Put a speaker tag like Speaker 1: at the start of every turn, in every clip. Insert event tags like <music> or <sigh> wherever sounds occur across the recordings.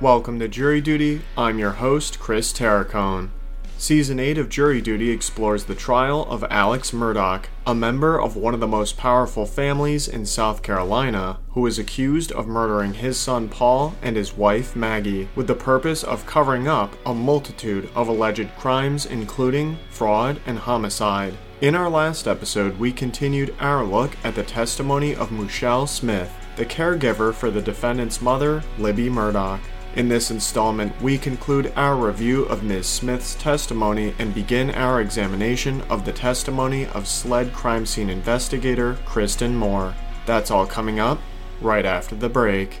Speaker 1: Welcome to Jury Duty. I'm your host, Chris Terracone. Season 8 of Jury Duty explores the trial of Alex Murdoch, a member of one of the most powerful families in South Carolina, who is accused of murdering his son Paul and his wife Maggie with the purpose of covering up a multitude of alleged crimes, including fraud and homicide. In our last episode, we continued our look at the testimony of Michelle Smith, the caregiver for the defendant's mother, Libby Murdoch. In this installment, we conclude our review of Ms. Smith's testimony and begin our examination of the testimony of SLED crime scene investigator Kristen Moore. That's all coming up right after the break.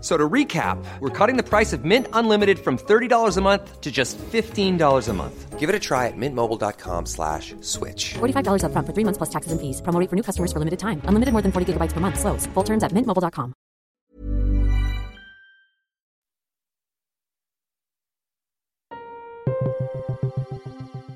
Speaker 2: So to recap, we're cutting the price of Mint Unlimited from $30 a month to just $15 a month. Give it a try at mintmobile.com slash switch.
Speaker 3: $45 upfront for three months plus taxes and fees. Promo rate for new customers for limited time. Unlimited more than 40 gigabytes per month. Slows. Full terms at mintmobile.com.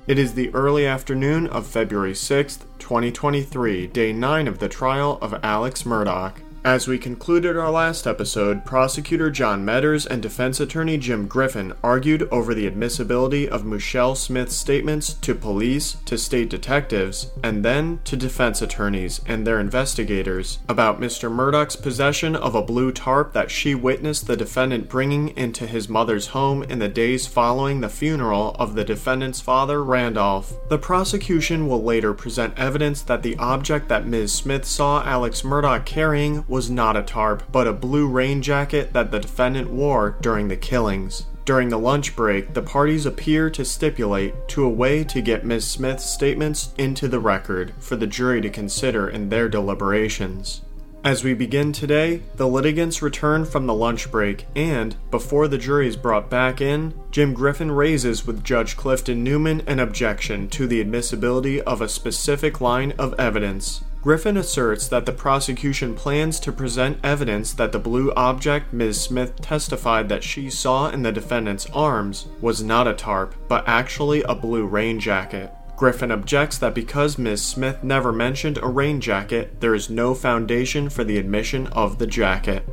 Speaker 1: It is the early afternoon of February 6th, 2023, day 9 of the trial of Alex Murdoch. As we concluded our last episode, prosecutor John Metters and defense attorney Jim Griffin argued over the admissibility of Michelle Smith's statements to police, to state detectives, and then to defense attorneys and their investigators about Mr. Murdoch's possession of a blue tarp that she witnessed the defendant bringing into his mother's home in the days following the funeral of the defendant's father, Randolph. The prosecution will later present evidence that the object that Ms. Smith saw Alex Murdoch carrying was not a tarp, but a blue rain jacket that the defendant wore during the killings. During the lunch break, the parties appear to stipulate to a way to get Ms. Smith's statements into the record for the jury to consider in their deliberations. As we begin today, the litigants return from the lunch break, and, before the jury is brought back in, Jim Griffin raises with Judge Clifton Newman an objection to the admissibility of a specific line of evidence. Griffin asserts that the prosecution plans to present evidence that the blue object Ms. Smith testified that she saw in the defendant's arms was not a tarp, but actually a blue rain jacket. Griffin objects that because Ms. Smith never mentioned a rain jacket, there is no foundation for the admission of the jacket.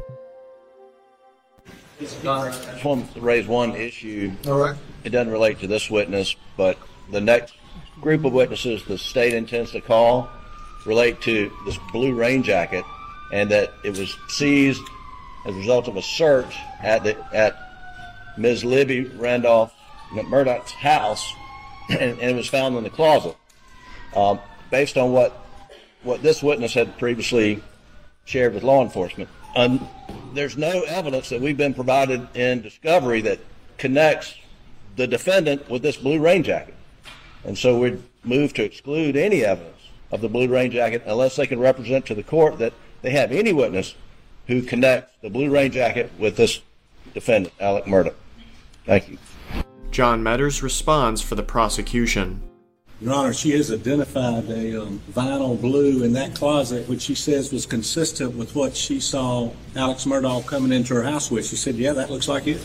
Speaker 4: I just want to raise one issue.
Speaker 5: All right.
Speaker 4: It doesn't relate to this witness, but the next group of witnesses the state intends to call relate to this blue rain jacket and that it was seized as a result of a search at the, at Ms. Libby Randolph McMurdoch's house <clears throat> and, and it was found in the closet. Um, based on what, what this witness had previously shared with law enforcement, um, there's no evidence that we've been provided in discovery that connects the defendant with this blue rain jacket. And so we'd move to exclude any evidence of the blue rain jacket unless they can represent to the court that they have any witness who connects the blue rain jacket with this defendant, Alec Murdoch. Thank you.
Speaker 1: John Metters responds for the prosecution.
Speaker 5: Your Honor, she has identified a um, vinyl blue in that closet, which she says was consistent with what she saw Alex Murdoch coming into her house with. She said, "Yeah, that looks like it."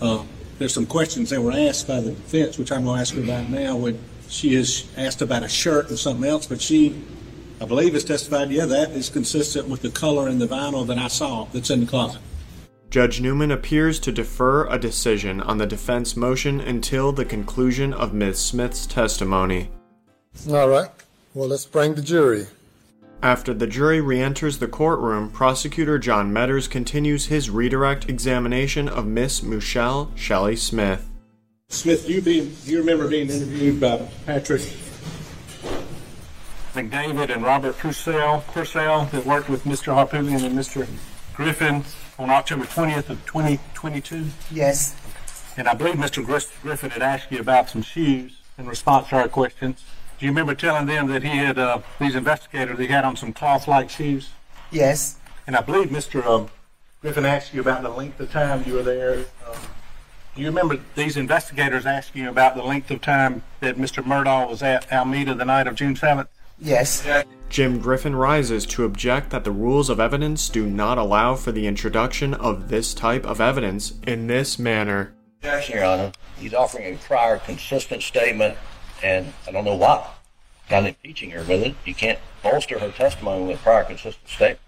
Speaker 5: Uh, there's some questions that were asked by the defense, which I'm going to ask her about now. When she is asked about a shirt and something else, but she, I believe, has testified, "Yeah, that is consistent with the color and the vinyl that I saw that's in the closet."
Speaker 1: Judge Newman appears to defer a decision on the defense motion until the conclusion of Ms. Smith's testimony.
Speaker 6: All right. Well, let's bring the jury.
Speaker 1: After the jury re enters the courtroom, prosecutor John Metters continues his redirect examination of Miss Michelle Shelley Smith.
Speaker 5: Smith, you being, you remember being interviewed by Patrick
Speaker 7: McDavid and Robert Purcell, Purcell that worked with Mr. Harpoon and Mr. Griffin on October 20th of 2022.
Speaker 8: Yes,
Speaker 7: And I believe Mr. Gris- Griffin had asked you about some shoes in response to our questions. Do you remember telling them that he had, uh, these investigators, he had on some cloth-like shoes?
Speaker 8: yes,
Speaker 7: And I believe Mr. Um, Griffin asked you about the length of time you were there. Um, do you remember these investigators asking you about the length of time that Mr. Murdahl was at Alameda the night of June 7th?
Speaker 8: Yes.
Speaker 1: Jim Griffin rises to object that the rules of evidence do not allow for the introduction of this type of evidence in this manner.
Speaker 4: Objection, Your Honor. He's offering a prior consistent statement, and I don't know why. Not impeaching her with it. You can't bolster her testimony with a prior consistent statement.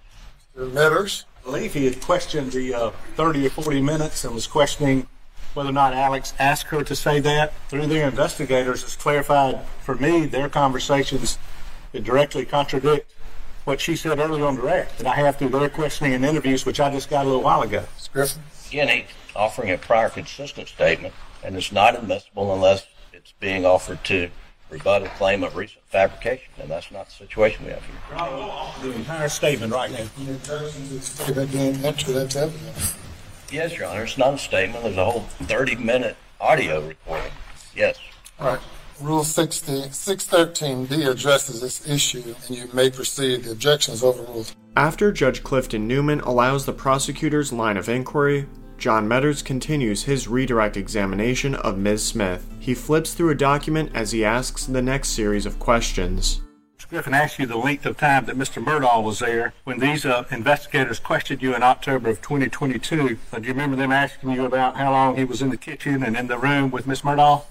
Speaker 6: Matters?
Speaker 5: I believe he had questioned the uh, 30 or 40 minutes and was questioning whether or not Alex asked her to say that. Through their investigators, it's clarified for me their conversations that directly contradict what she said earlier on direct that I have through their questioning and interviews, which I just got a little while ago.
Speaker 6: Ms. Griffin?
Speaker 4: Again, he's offering a prior consistent statement, and it's not admissible unless it's being offered to rebut a claim of recent fabrication, and that's not the situation we have here.
Speaker 5: The entire statement right now.
Speaker 6: The intelligence is taken again after that's evidence.
Speaker 4: Yes, Your Honor, it's not a statement. There's a whole 30-minute audio recording. Yes.
Speaker 6: All right. Rule 60, 613D addresses this issue, and you may proceed. The objection is overruled.
Speaker 1: After Judge Clifton Newman allows the prosecutor's line of inquiry, John Metters continues his redirect examination of Ms. Smith. He flips through a document as he asks the next series of questions.
Speaker 7: Mr. Griffin asked you the length of time that Mr. Murdahl was there when these uh, investigators questioned you in October of 2022. Uh, do you remember them asking you about how long he was in the kitchen and in the room with Miss Murdahl?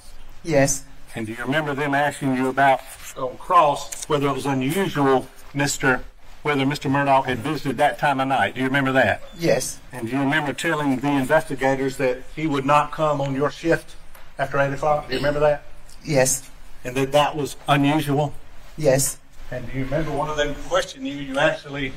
Speaker 8: Yes.
Speaker 7: And do you remember them asking you about on cross whether it was unusual, Mr. Whether Mr. Murdahl had visited that time of night? Do you remember that?
Speaker 8: Yes.
Speaker 7: And do you remember telling the investigators that he would not come on your shift after eight o'clock? Do you remember that?
Speaker 8: Yes.
Speaker 7: And that that was unusual.
Speaker 8: Yes.
Speaker 5: And do you remember one of them questioned you? You actually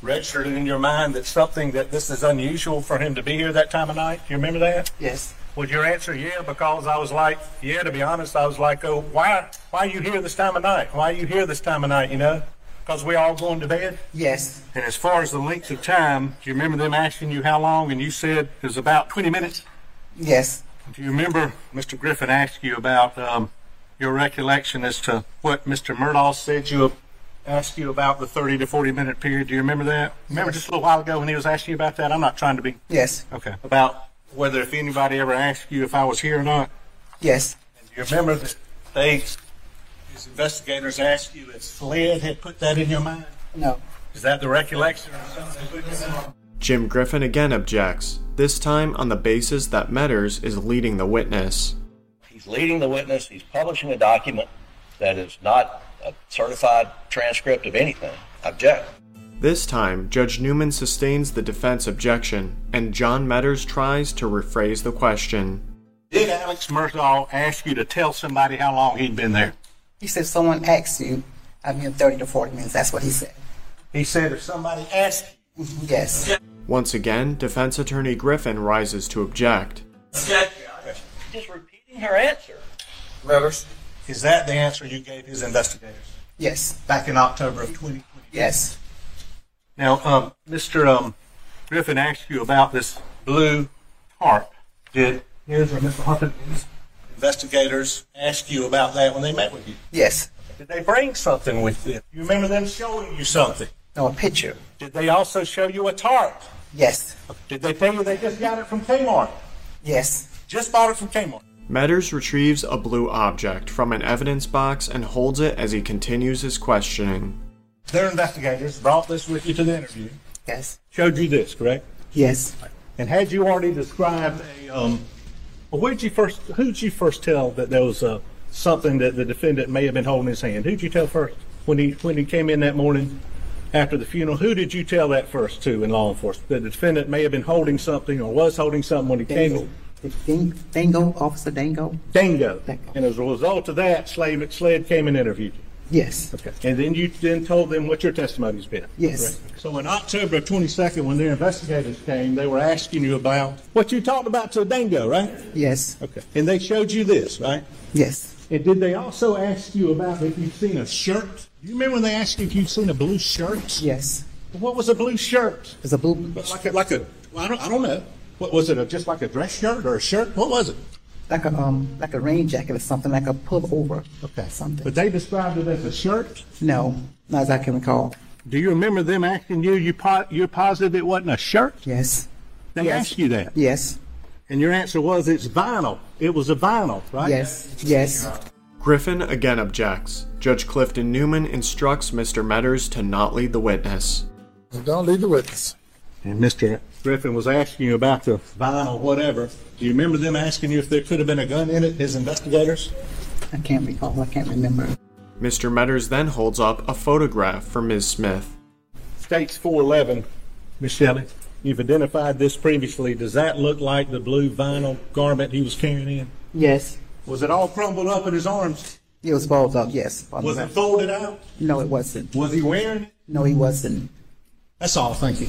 Speaker 5: registered it in your mind that something that this is unusual for him to be here that time of night. Do you remember that?
Speaker 8: Yes.
Speaker 5: Was your answer yeah? Because I was like, yeah. To be honest, I was like, oh, why? Why are you here this time of night? Why are you here this time of night? You know, because we all going to bed.
Speaker 8: Yes.
Speaker 7: And as far as the length of time, do you remember them asking you how long? And you said it was about 20 minutes.
Speaker 8: Yes.
Speaker 7: Do you remember Mr. Griffin asked you about um, your recollection as to what Mr. Murdahl said you asked you about the 30 to 40 minute period? Do you remember that? Remember just a little while ago when he was asking you about that? I'm not trying to be
Speaker 8: Yes.
Speaker 7: okay about whether if anybody ever asked you if I was here or not.
Speaker 8: Yes.
Speaker 5: And do you remember that they, his investigators, asked you if Sled had put that in your mind?
Speaker 8: No.
Speaker 5: Is that the recollection or something? they put in your mind?
Speaker 1: Jim Griffin again objects, this time on the basis that Metters is leading the witness.
Speaker 4: He's leading the witness. He's publishing a document that is not a certified transcript of anything. Object.
Speaker 1: This time, Judge Newman sustains the defense objection, and John Metters tries to rephrase the question.
Speaker 7: Did Alex Murdahl ask you to tell somebody how long he'd been there?
Speaker 8: He said someone asked you. I've been 30 to 40 minutes. That's what he said. Mm-hmm.
Speaker 5: He said if somebody asked
Speaker 8: Yes.
Speaker 1: Once again, defense attorney Griffin rises to object.
Speaker 4: Just repeating her answer.
Speaker 6: Matters?
Speaker 5: Is that the answer you gave his investigators
Speaker 8: Yes.
Speaker 5: back in October of 2020?
Speaker 8: Yes.
Speaker 7: Now, um, Mr. Um, Griffin asked you about this blue tarp. Did his or Mr. Huntington's
Speaker 5: Investigators asked you about that when they met with you.
Speaker 8: Yes.
Speaker 5: Did they bring something with them? You remember them showing you something?
Speaker 8: No, a picture.
Speaker 5: Did they also show you a tarp?
Speaker 8: Yes.
Speaker 5: Did they tell you they just got it from Kmart?
Speaker 8: Yes.
Speaker 5: Just bought it from Kmart.
Speaker 1: Metters retrieves a blue object from an evidence box and holds it as he continues his questioning.
Speaker 5: Their investigators brought this with you to the interview.
Speaker 8: Yes.
Speaker 5: Showed you this, correct?
Speaker 8: Yes.
Speaker 5: And had you already described a um, well, where'd you first? Who'd you first tell that there was uh, something that the defendant may have been holding in his hand? Who'd you tell first when he when he came in that morning after the funeral? Who did you tell that first to in law enforcement that the defendant may have been holding something or was holding something when he came in?
Speaker 8: Ding, Dango, Officer Dango?
Speaker 5: Dango.
Speaker 8: Dango.
Speaker 5: And as a result of that, Slade, Slade came and interviewed you.
Speaker 8: Yes.
Speaker 5: Okay. And then you then told them what your testimony's been.
Speaker 8: Yes.
Speaker 5: Correct. So in October of 22nd, when their investigators came, they were asking you about what you talked about to Dango, right?
Speaker 8: Yes.
Speaker 5: Okay. And they showed you this, right?
Speaker 8: Yes.
Speaker 5: And did they also ask you about if you'd seen a shirt? You remember when they asked you if you'd seen a blue shirt?
Speaker 8: Yes.
Speaker 5: What was a blue shirt?
Speaker 8: It's a blue,
Speaker 5: Like a, like a well, I don't I don't know. What was it? A, just like a dress shirt or a shirt? What was it?
Speaker 8: like a um, like a rain jacket or something, like a pullover. Okay. Something.
Speaker 5: But they described it as a shirt.
Speaker 8: no, not as I can recall.
Speaker 7: Do you remember them asking you? You po- you're positive it wasn't a shirt?
Speaker 8: Yes.
Speaker 7: They
Speaker 8: Yes.
Speaker 7: asked you that,
Speaker 8: Yes.
Speaker 7: and your answer was it's vinyl. It was a vinyl, right?
Speaker 8: Yes. Yes.
Speaker 1: Griffin again objects. Judge Clifton Newman instructs Mr. Metters to not lead the witness.
Speaker 6: Don't lead the witness.
Speaker 5: And Mr. Griffin was asking you about the vinyl, whatever. Do you remember them asking you if there could have been a gun in it, his investigators?
Speaker 8: I can't recall. I can't remember.
Speaker 1: Mr. Metters then holds up a photograph for Ms. Smith.
Speaker 5: States 411, Miss Shelley, you've identified this previously. Does that look like the blue vinyl garment he was carrying in?
Speaker 8: Yes.
Speaker 5: Was it all crumpled up in his arms?
Speaker 8: It was balled up, yes.
Speaker 5: Was it folded out?
Speaker 8: No, it wasn't.
Speaker 5: Was he wearing it?
Speaker 8: No, he wasn't.
Speaker 5: That's all, thank you.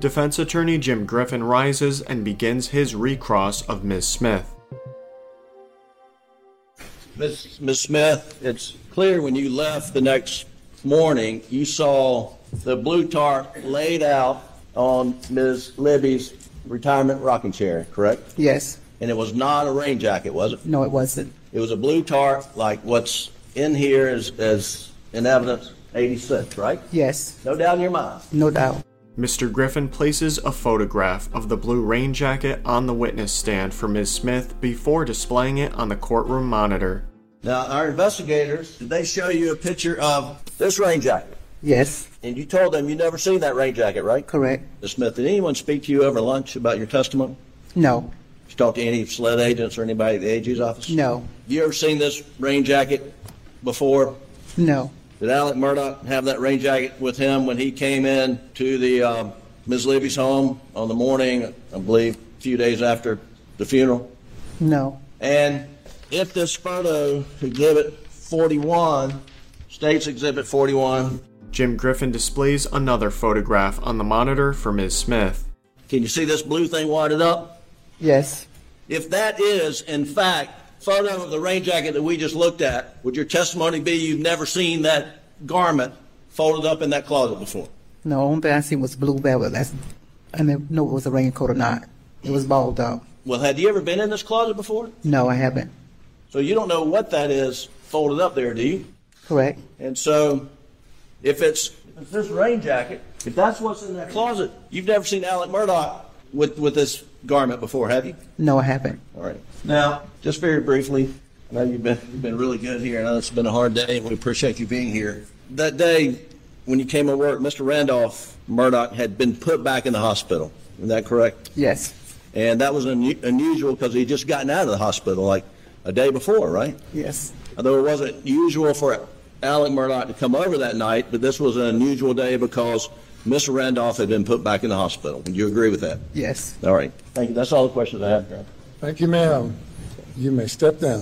Speaker 1: Defense attorney Jim Griffin rises and begins his recross of Ms. Smith.
Speaker 4: Miss Ms. Smith, it's clear when you left the next morning, you saw the blue tarp laid out on Ms. Libby's retirement rocking chair, correct?
Speaker 8: Yes.
Speaker 4: And it was not a rain jacket, was it?
Speaker 8: No, it wasn't.
Speaker 4: It was a blue tarp, like what's in here is, is in evidence 86, right?
Speaker 8: Yes.
Speaker 4: No doubt in your mind.
Speaker 8: No doubt.
Speaker 1: Mr. Griffin places a photograph of the blue rain jacket on the witness stand for Ms. Smith before displaying it on the courtroom monitor.
Speaker 4: Now, our investigators, did they show you a picture of this rain jacket?
Speaker 8: Yes.
Speaker 4: And you told them you never seen that rain jacket, right?
Speaker 8: Correct.
Speaker 4: Ms. Smith, did anyone speak to you over lunch about your testimony?
Speaker 8: No.
Speaker 4: Did you talk to any sled agents or anybody at the AG's office?
Speaker 8: No.
Speaker 4: You ever seen this rain jacket before?
Speaker 8: No.
Speaker 4: Did Alec Murdoch have that rain jacket with him when he came in to the um, Ms. Libby's home on the morning, I believe, a few days after the funeral?
Speaker 8: No.
Speaker 4: And if this photo, Exhibit 41, States Exhibit 41,
Speaker 1: Jim Griffin displays another photograph on the monitor for Ms. Smith.
Speaker 4: can you see this blue thing wadded up?
Speaker 8: Yes.
Speaker 4: If that is, in fact, photo of the rain jacket that we just looked at, would your testimony be you've never seen that garment folded up in that closet before?
Speaker 8: No, only thing I seen was blue velvet. That's, I never know it was a raincoat or not. It was balled up.
Speaker 4: Well, had you ever been in this closet before?
Speaker 8: No, I haven't.
Speaker 4: So you don't know what that is folded up there, do you?
Speaker 8: Correct.
Speaker 4: And so, if it's if this rain jacket, if that's what's in that closet, you've never seen Alec Murdoch with with this garment before, have you?
Speaker 8: No, I haven't.
Speaker 4: All right. Now, just very briefly, I know you've been you've been really good here. I know it's been a hard day, and we appreciate you being here. That day when you came to work, Mr. Randolph Murdoch had been put back in the hospital. Is that correct?
Speaker 8: Yes.
Speaker 4: And that was un- unusual because he'd just gotten out of the hospital like a day before, right?
Speaker 8: Yes.
Speaker 4: Although it wasn't usual for Alec Murdoch to come over that night, but this was an unusual day because Mr. Randolph had been put back in the hospital. Would you agree with that?
Speaker 8: Yes.
Speaker 4: All right. Thank you. That's all the questions I have, Grant.
Speaker 6: Thank you, ma'am. You may step down.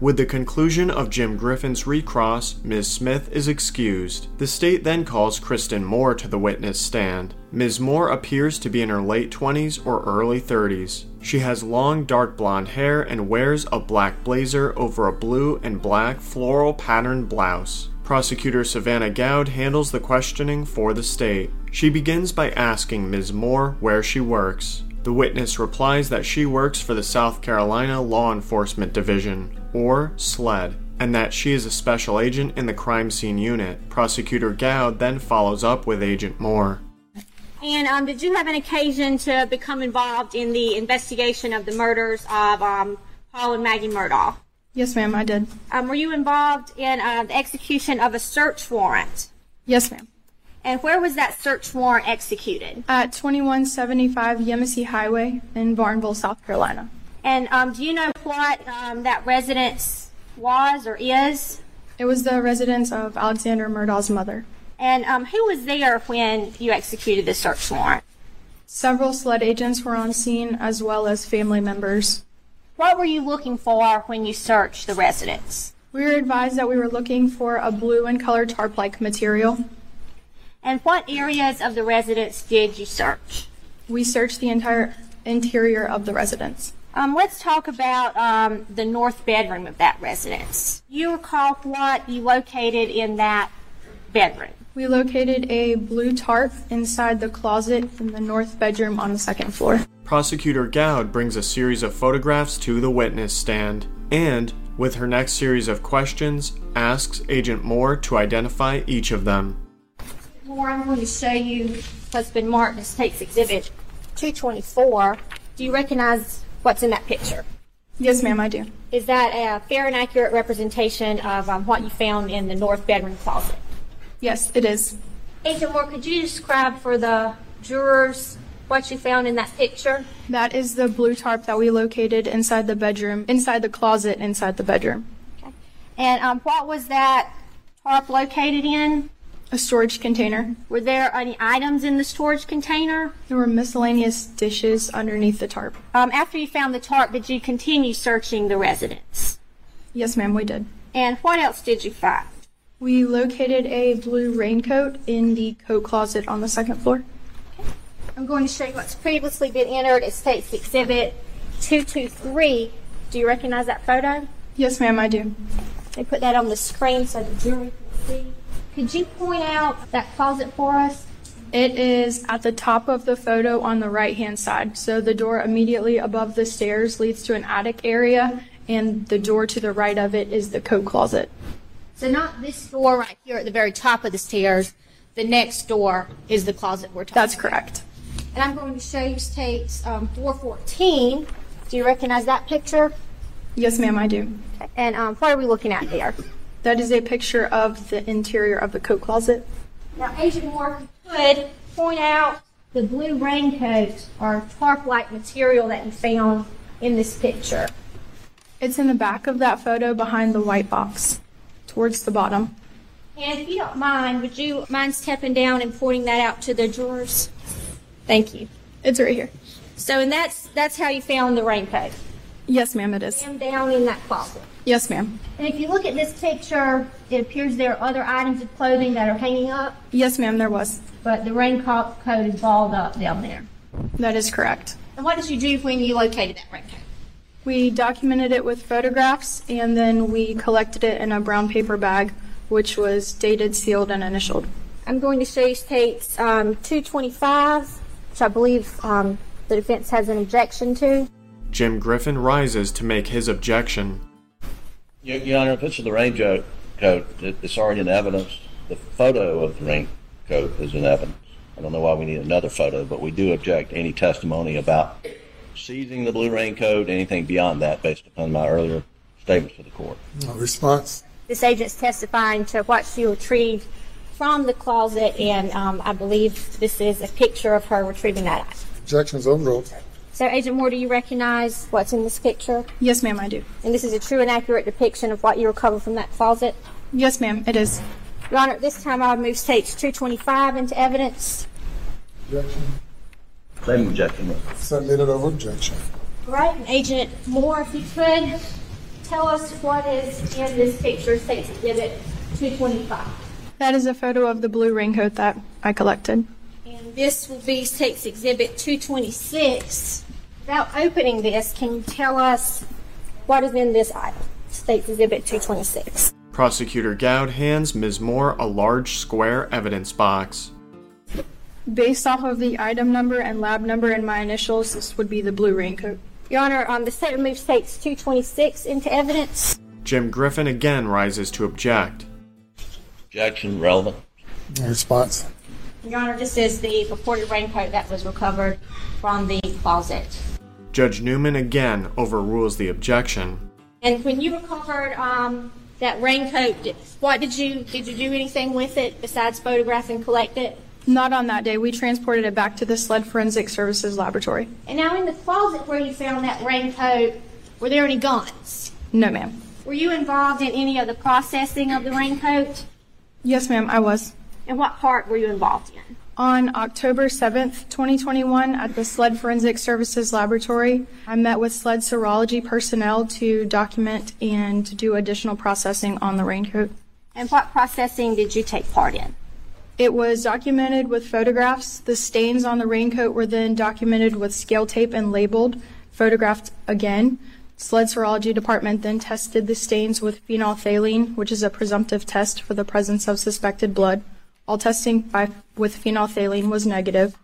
Speaker 1: With the conclusion of Jim Griffin's recross, Ms. Smith is excused. The state then calls Kristen Moore to the witness stand. Ms. Moore appears to be in her late 20s or early 30s. She has long dark blonde hair and wears a black blazer over a blue and black floral patterned blouse. Prosecutor Savannah Gowd handles the questioning for the state. She begins by asking Ms. Moore where she works. The witness replies that she works for the South Carolina Law Enforcement Division, or SLED, and that she is a special agent in the crime scene unit. Prosecutor Gowd then follows up with Agent Moore.
Speaker 9: And um, did you have an occasion to become involved in the investigation of the murders of um, Paul and Maggie Murdoch?
Speaker 10: Yes, ma'am, I did.
Speaker 9: Um, were you involved in uh, the execution of a search warrant?
Speaker 10: Yes, ma'am.
Speaker 9: And where was that search warrant executed?
Speaker 10: At 2175 Yemisi Highway in Barnville, South Carolina.
Speaker 9: And um, do you know what um, that residence was or is?
Speaker 10: It was the residence of Alexander Murdaugh's mother.
Speaker 9: And um, who was there when you executed the search warrant?
Speaker 10: Several sled agents were on scene as well as family members.
Speaker 9: What were you looking for when you searched the residence?
Speaker 11: We were advised that we were looking for a blue and colored tarp-like material.
Speaker 6: And what areas of the residence did you search?
Speaker 11: We searched the entire interior of the residence.
Speaker 6: Um, let's talk about um, the north bedroom of that residence. Do You recall what you located in that bedroom?
Speaker 11: We located a blue tarp inside the closet in the north bedroom on the second floor.
Speaker 1: Prosecutor Gowd brings a series of photographs to the witness stand and, with her next series of questions, asks Agent Moore to identify each of them.
Speaker 6: More, I'm going to show you Husband Martin's takes exhibit 224. Do you recognize what's in that picture?
Speaker 11: Yes, ma'am, I do.
Speaker 6: Is that a fair and accurate representation of um, what you found in the north bedroom closet?
Speaker 11: Yes, it is.
Speaker 6: Agent Moore, could you describe for the jurors what you found in that picture?
Speaker 11: That is the blue tarp that we located inside the bedroom, inside the closet, inside the bedroom.
Speaker 6: And um, what was that tarp located in?
Speaker 11: A storage container.
Speaker 6: Were there any items in the storage container?
Speaker 11: There were miscellaneous dishes underneath the tarp.
Speaker 6: Um, after you found the tarp, did you continue searching the residence?
Speaker 11: Yes, ma'am, we did.
Speaker 6: And what else did you find?
Speaker 11: We located a blue raincoat in the coat closet on the second floor.
Speaker 6: I'm going to show you what's previously been entered as State's Exhibit 223. Do you recognize that photo?
Speaker 11: Yes, ma'am, I do.
Speaker 6: They put that on the screen so the jury can see. Could you point out that closet for us?
Speaker 11: It is at the top of the photo on the right hand side. So the door immediately above the stairs leads to an attic area, and the door to the right of it is the coat closet.
Speaker 6: So not this door right here at the very top of the stairs. The next door is the closet we're talking
Speaker 11: That's correct.
Speaker 6: And I'm going to show you tapes um, 414. Do you recognize that picture?
Speaker 11: Yes, ma'am, I do.
Speaker 6: And um, what are we looking at there?
Speaker 11: That is a picture of the interior of the coat closet.
Speaker 6: Now, Agent Moore could point out the blue raincoat or tarp-like material that you found in this picture.
Speaker 11: It's in the back of that photo behind the white box, towards the bottom.
Speaker 6: And if you don't mind, would you mind stepping down and pointing that out to the jurors? Thank you.
Speaker 11: It's right here.
Speaker 6: So, and that's that's how you found the raincoat.
Speaker 11: Yes, ma'am, it is.
Speaker 6: Down, down in that closet.
Speaker 11: Yes, ma'am.
Speaker 6: And if you look at this picture, it appears there are other items of clothing that are hanging up,
Speaker 11: Yes, ma'am, there was.
Speaker 6: but the raincoat coat is balled up down there.
Speaker 11: That is correct.
Speaker 6: And what did you do when you located that raincoat?
Speaker 11: We documented it with photographs and then we collected it in a brown paper bag, which was dated, sealed, and initialed.
Speaker 6: I'm going to show you tapes um, 225, which I believe um, the defense has an objection to.
Speaker 1: Jim Griffin rises to make his objection.
Speaker 4: Your, Your Honor, if it's the raincoat, coat, it, it's already in evidence. The photo of the raincoat is in evidence. I don't know why we need another photo, but we do object to any testimony about seizing the blue raincoat, anything beyond that, based upon my earlier statements to the court.
Speaker 5: No response.
Speaker 6: This agent's testifying to what she retrieved from the closet, and um, I believe this is a picture of her retrieving that item.
Speaker 5: Objections overruled.
Speaker 6: So, Agent Moore, do you recognize what's in this picture?
Speaker 11: Yes, ma'am, I do.
Speaker 6: And this is a true and accurate depiction of what you recovered from that closet?
Speaker 11: Yes, ma'am, it is.
Speaker 6: Your Honor, at this time I would move tapes 225 into evidence.
Speaker 5: Objection.
Speaker 4: Same objection.
Speaker 5: Submitted over objection.
Speaker 6: Right, and Agent Moore, if you could, tell us what is in this picture, State's Exhibit 225.
Speaker 11: That is a photo of the blue raincoat that I collected.
Speaker 6: And this will be State's Exhibit 226. Without opening this, can you tell us what is in this item, State's Exhibit 226?
Speaker 1: Prosecutor Gowd hands Ms. Moore a large square evidence box.
Speaker 11: Based off of the item number and lab number and my initials, this would be the blue raincoat.
Speaker 6: Your Honor, um, the State removes State's 226 into evidence.
Speaker 1: Jim Griffin again rises to object.
Speaker 4: Objection relevant.
Speaker 5: No response.
Speaker 6: Your Honor, this is the purported raincoat that was recovered from the closet.
Speaker 1: Judge Newman again overrules the objection.
Speaker 6: And when you recovered um, that raincoat, di- what did you did you do anything with it besides photograph and collect it?
Speaker 11: Not on that day. We transported it back to the Sled Forensic Services Laboratory.
Speaker 6: And now in the closet where you found that raincoat, were there any guns?
Speaker 11: No, ma'am.
Speaker 6: Were you involved in any of the processing of the raincoat?
Speaker 11: Yes, ma'am, I was.
Speaker 6: And what part were you involved in?
Speaker 10: On October 7th, 2021, at the SLED Forensic Services Laboratory, I met with SLED serology personnel to document and do additional processing on the raincoat.
Speaker 9: And what processing did you take part in?
Speaker 10: It was documented with photographs. The stains on the raincoat were then documented with scale tape and labeled, photographed again. SLED serology department then tested the stains with phenolphthalein, which is a presumptive test for the presence of suspected blood. All testing by, with phenolphthalein was negative.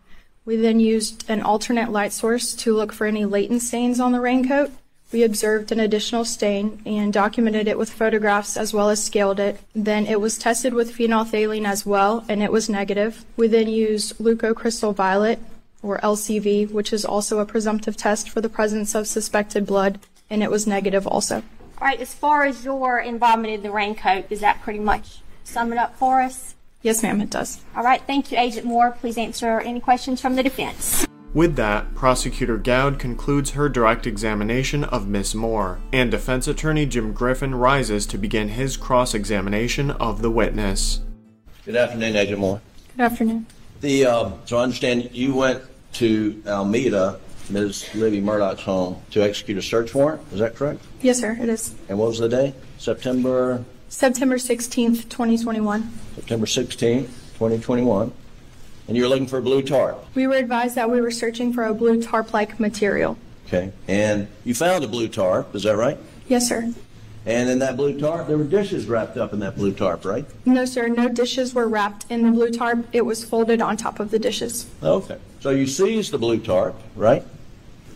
Speaker 10: We then used an alternate light source to look for any latent stains on the raincoat. We observed an additional stain and documented it with photographs as well as scaled it. Then it was tested with phenolphthalein as well, and it was negative. We then used leucocrystal violet, or LCV, which is also a presumptive test for the presence of suspected blood, and it was negative also.
Speaker 9: All right, as far as your involvement in the raincoat, does that pretty much sum it up for us?
Speaker 10: Yes, ma'am, it does.
Speaker 9: All right, thank you, Agent Moore. Please answer any questions from the defense.
Speaker 1: With that, Prosecutor Gowd concludes her direct examination of Miss Moore, and defense attorney Jim Griffin rises to begin his cross examination of the witness.
Speaker 4: Good afternoon, Agent Moore.
Speaker 10: Good afternoon.
Speaker 4: The um, so I understand you went to Almeida, Ms. Libby Murdoch's home, to execute a search warrant. Is that correct?
Speaker 10: Yes, sir, it is.
Speaker 4: And what was the day? September
Speaker 10: September 16th, 2021.
Speaker 4: September 16, 2021. And you were looking for a blue tarp.
Speaker 10: We were advised that we were searching for a blue tarp like material.
Speaker 4: Okay. And you found a blue tarp. Is that right?
Speaker 10: Yes, sir.
Speaker 4: And in that blue tarp, there were dishes wrapped up in that blue tarp, right?
Speaker 10: No, sir, no dishes were wrapped in the blue tarp. It was folded on top of the dishes.
Speaker 4: Okay. So you seized the blue tarp, right?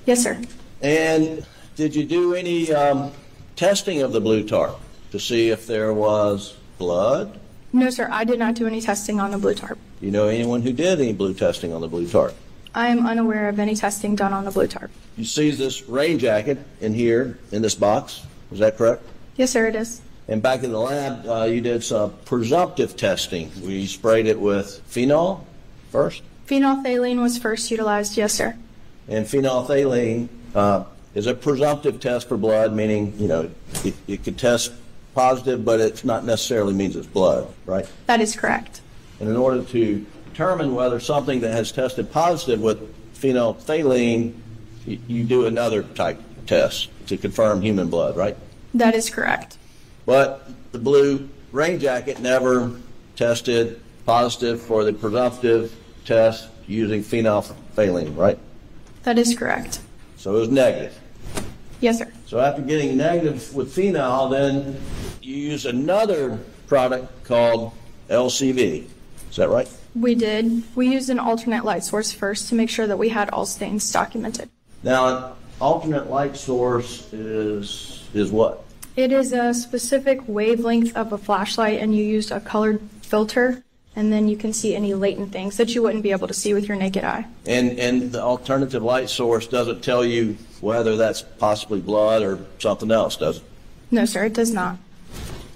Speaker 10: Yes, sir.
Speaker 4: And did you do any um, testing of the blue tarp to see if there was blood?
Speaker 10: No, sir, I did not do any testing on the blue tarp.
Speaker 4: Do you know anyone who did any blue testing on the blue tarp?
Speaker 10: I am unaware of any testing done on the blue tarp.
Speaker 4: You seized this rain jacket in here, in this box. Is that correct?
Speaker 10: Yes, sir, it is.
Speaker 4: And back in the lab, uh, you did some presumptive testing. We sprayed it with phenol first,
Speaker 10: Phenolphthalein was first utilized, yes, sir.
Speaker 4: and phenolphthalein uh, is a presumptive test for blood, meaning you know it, it could test positive, but it's not necessarily means it's blood, right?
Speaker 10: That is correct.
Speaker 4: And in order to determine whether something that has tested positive with phenolphthalein, you, you do another type test to confirm human blood, right?
Speaker 10: That is correct.
Speaker 4: But the blue rain jacket never tested positive for the presumptive test using phenolphthalein, right?
Speaker 10: That is correct.
Speaker 4: So it was negative.
Speaker 10: Yes, sir.
Speaker 4: So after getting negative with phenol, then you use another product called LCV. Is that right?
Speaker 10: We did. We used an alternate light source first to make sure that we had all stains documented.
Speaker 4: Now, an alternate light source is is what?
Speaker 10: It is a specific wavelength of a flashlight, and you used a colored filter, and then you can see any latent things that you wouldn't be able to see with your naked eye.
Speaker 4: And and the alternative light source doesn't tell you whether that's possibly blood or something else, does it?
Speaker 10: No, sir, it does not.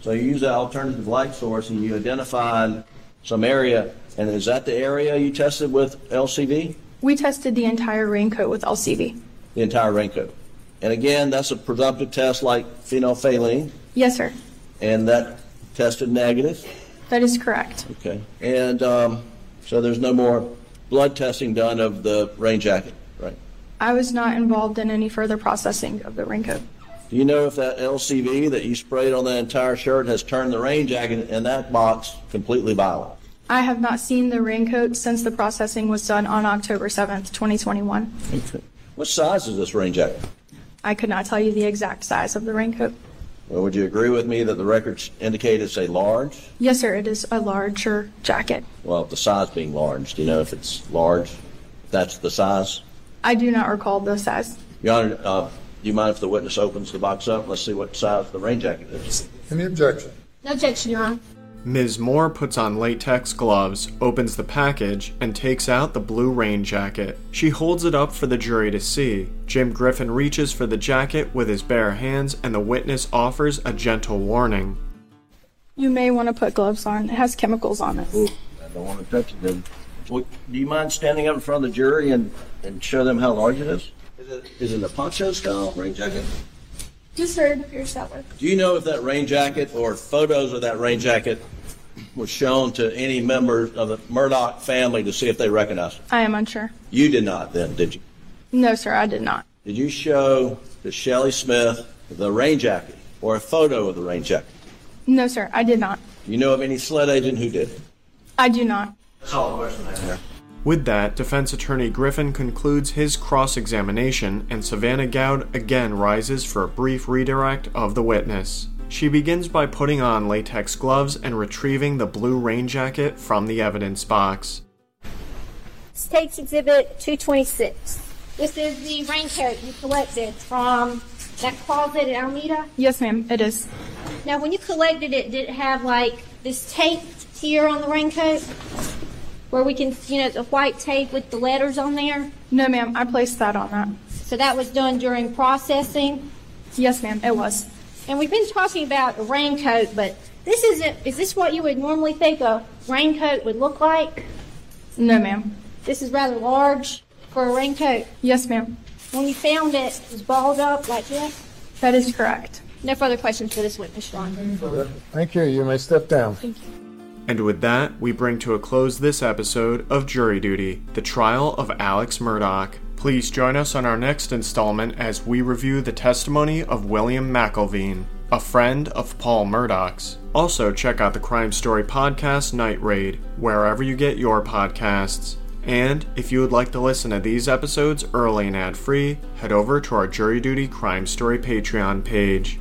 Speaker 4: So you use that alternative light source and you identified some area. And is that the area you tested with LCV?
Speaker 10: We tested the entire raincoat with LCV.
Speaker 4: The entire raincoat. And again, that's a presumptive test like phenolphthalein,
Speaker 10: Yes, sir.
Speaker 4: and that tested negative.
Speaker 10: That is correct.
Speaker 4: Okay. And um, so there's no more blood testing done of the rain jacket, right?
Speaker 10: I was not involved in any further processing of the raincoat.
Speaker 4: Do you know if that LCV that you sprayed on that entire shirt has turned the rain jacket in that box completely violent?
Speaker 10: I have not seen the raincoat since the processing was done on October 7th, 2021.
Speaker 4: Okay. What size is this rain jacket?
Speaker 10: I could not tell you the exact size of the raincoat.
Speaker 4: Well, would you agree with me that the records indicate it's a large?
Speaker 10: Yes, sir, it is a larger jacket.
Speaker 4: Well, the size being large, do you know if it's large? If that's the size?
Speaker 10: I do not recall the size.
Speaker 4: Your Honor, uh, do you mind if the witness opens the box up? Let's see what size the rain jacket is.
Speaker 6: Any objection?
Speaker 9: No objection, Your Honor.
Speaker 1: Ms. Moore puts on latex gloves, opens the package, and takes out the blue rain jacket. She holds it up for the jury to see. Jim Griffin reaches for the jacket with his bare hands, and the witness offers a gentle warning.
Speaker 10: You may want to put gloves on. It has chemicals on it.
Speaker 4: I don't want to touch it then. Well, do you mind standing up in front of the jury and, and show them how large it is? Is it, is it a poncho style rain jacket?
Speaker 10: Yes, sir, it appears that way.
Speaker 4: Do you know if that rain jacket or photos of that rain jacket was shown to any members of the Murdoch family to see if they recognized it?
Speaker 10: I am unsure.
Speaker 4: You did not then, did you?
Speaker 10: No, sir, I did not.
Speaker 4: Did you show to Shelley Smith the rain jacket or a photo of the rain jacket?
Speaker 10: No, sir, I did not.
Speaker 4: Do you know of any sled agent who did?
Speaker 10: I do not.
Speaker 4: That's all the question I have.
Speaker 1: With that, defense attorney Griffin concludes his cross examination, and Savannah Gowd again rises for a brief redirect of the witness. She begins by putting on latex gloves and retrieving the blue rain jacket from the evidence box.
Speaker 9: State's Exhibit 226. This is the raincoat you collected from that closet at Almeida.
Speaker 10: Yes, ma'am, it is.
Speaker 9: Now, when you collected it, did it have like this tape here on the raincoat where we can, you know, the white tape with the letters on there?
Speaker 10: No, ma'am, I placed that on that.
Speaker 9: So that was done during processing.
Speaker 10: Yes, ma'am, it was.
Speaker 9: And we've been talking about a raincoat, but this isn't, is this what you would normally think a raincoat would look like?
Speaker 10: No, ma'am.
Speaker 9: This is rather large for a raincoat.
Speaker 10: Yes, ma'am.
Speaker 9: When you found it, it was balled up like this?
Speaker 10: That is correct.
Speaker 9: No further questions for this witness, Sean.
Speaker 6: Thank you. You may step down.
Speaker 9: Thank you.
Speaker 1: And with that, we bring to a close this episode of Jury Duty The Trial of Alex Murdoch. Please join us on our next installment as we review the testimony of William McElveen, a friend of Paul Murdoch's. Also, check out the crime story podcast Night Raid, wherever you get your podcasts. And if you would like to listen to these episodes early and ad free, head over to our Jury Duty Crime Story Patreon page.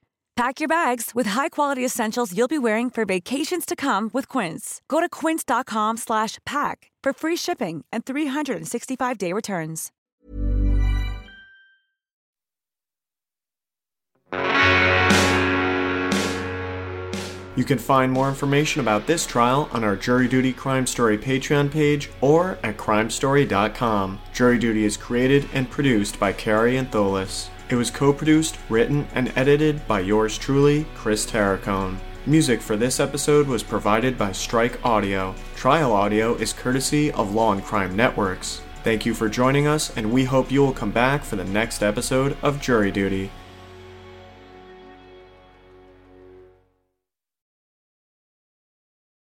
Speaker 12: Pack your bags with high-quality essentials you'll be wearing for vacations to come with Quince. Go to quince.com/pack for free shipping and 365-day returns.
Speaker 1: You can find more information about this trial on our Jury Duty Crime Story Patreon page or at crimestory.com. Jury Duty is created and produced by Carrie Antholis. It was co produced, written, and edited by yours truly, Chris Terracone. Music for this episode was provided by Strike Audio. Trial audio is courtesy of Law and Crime Networks. Thank you for joining us, and we hope you will come back for the next episode of Jury Duty.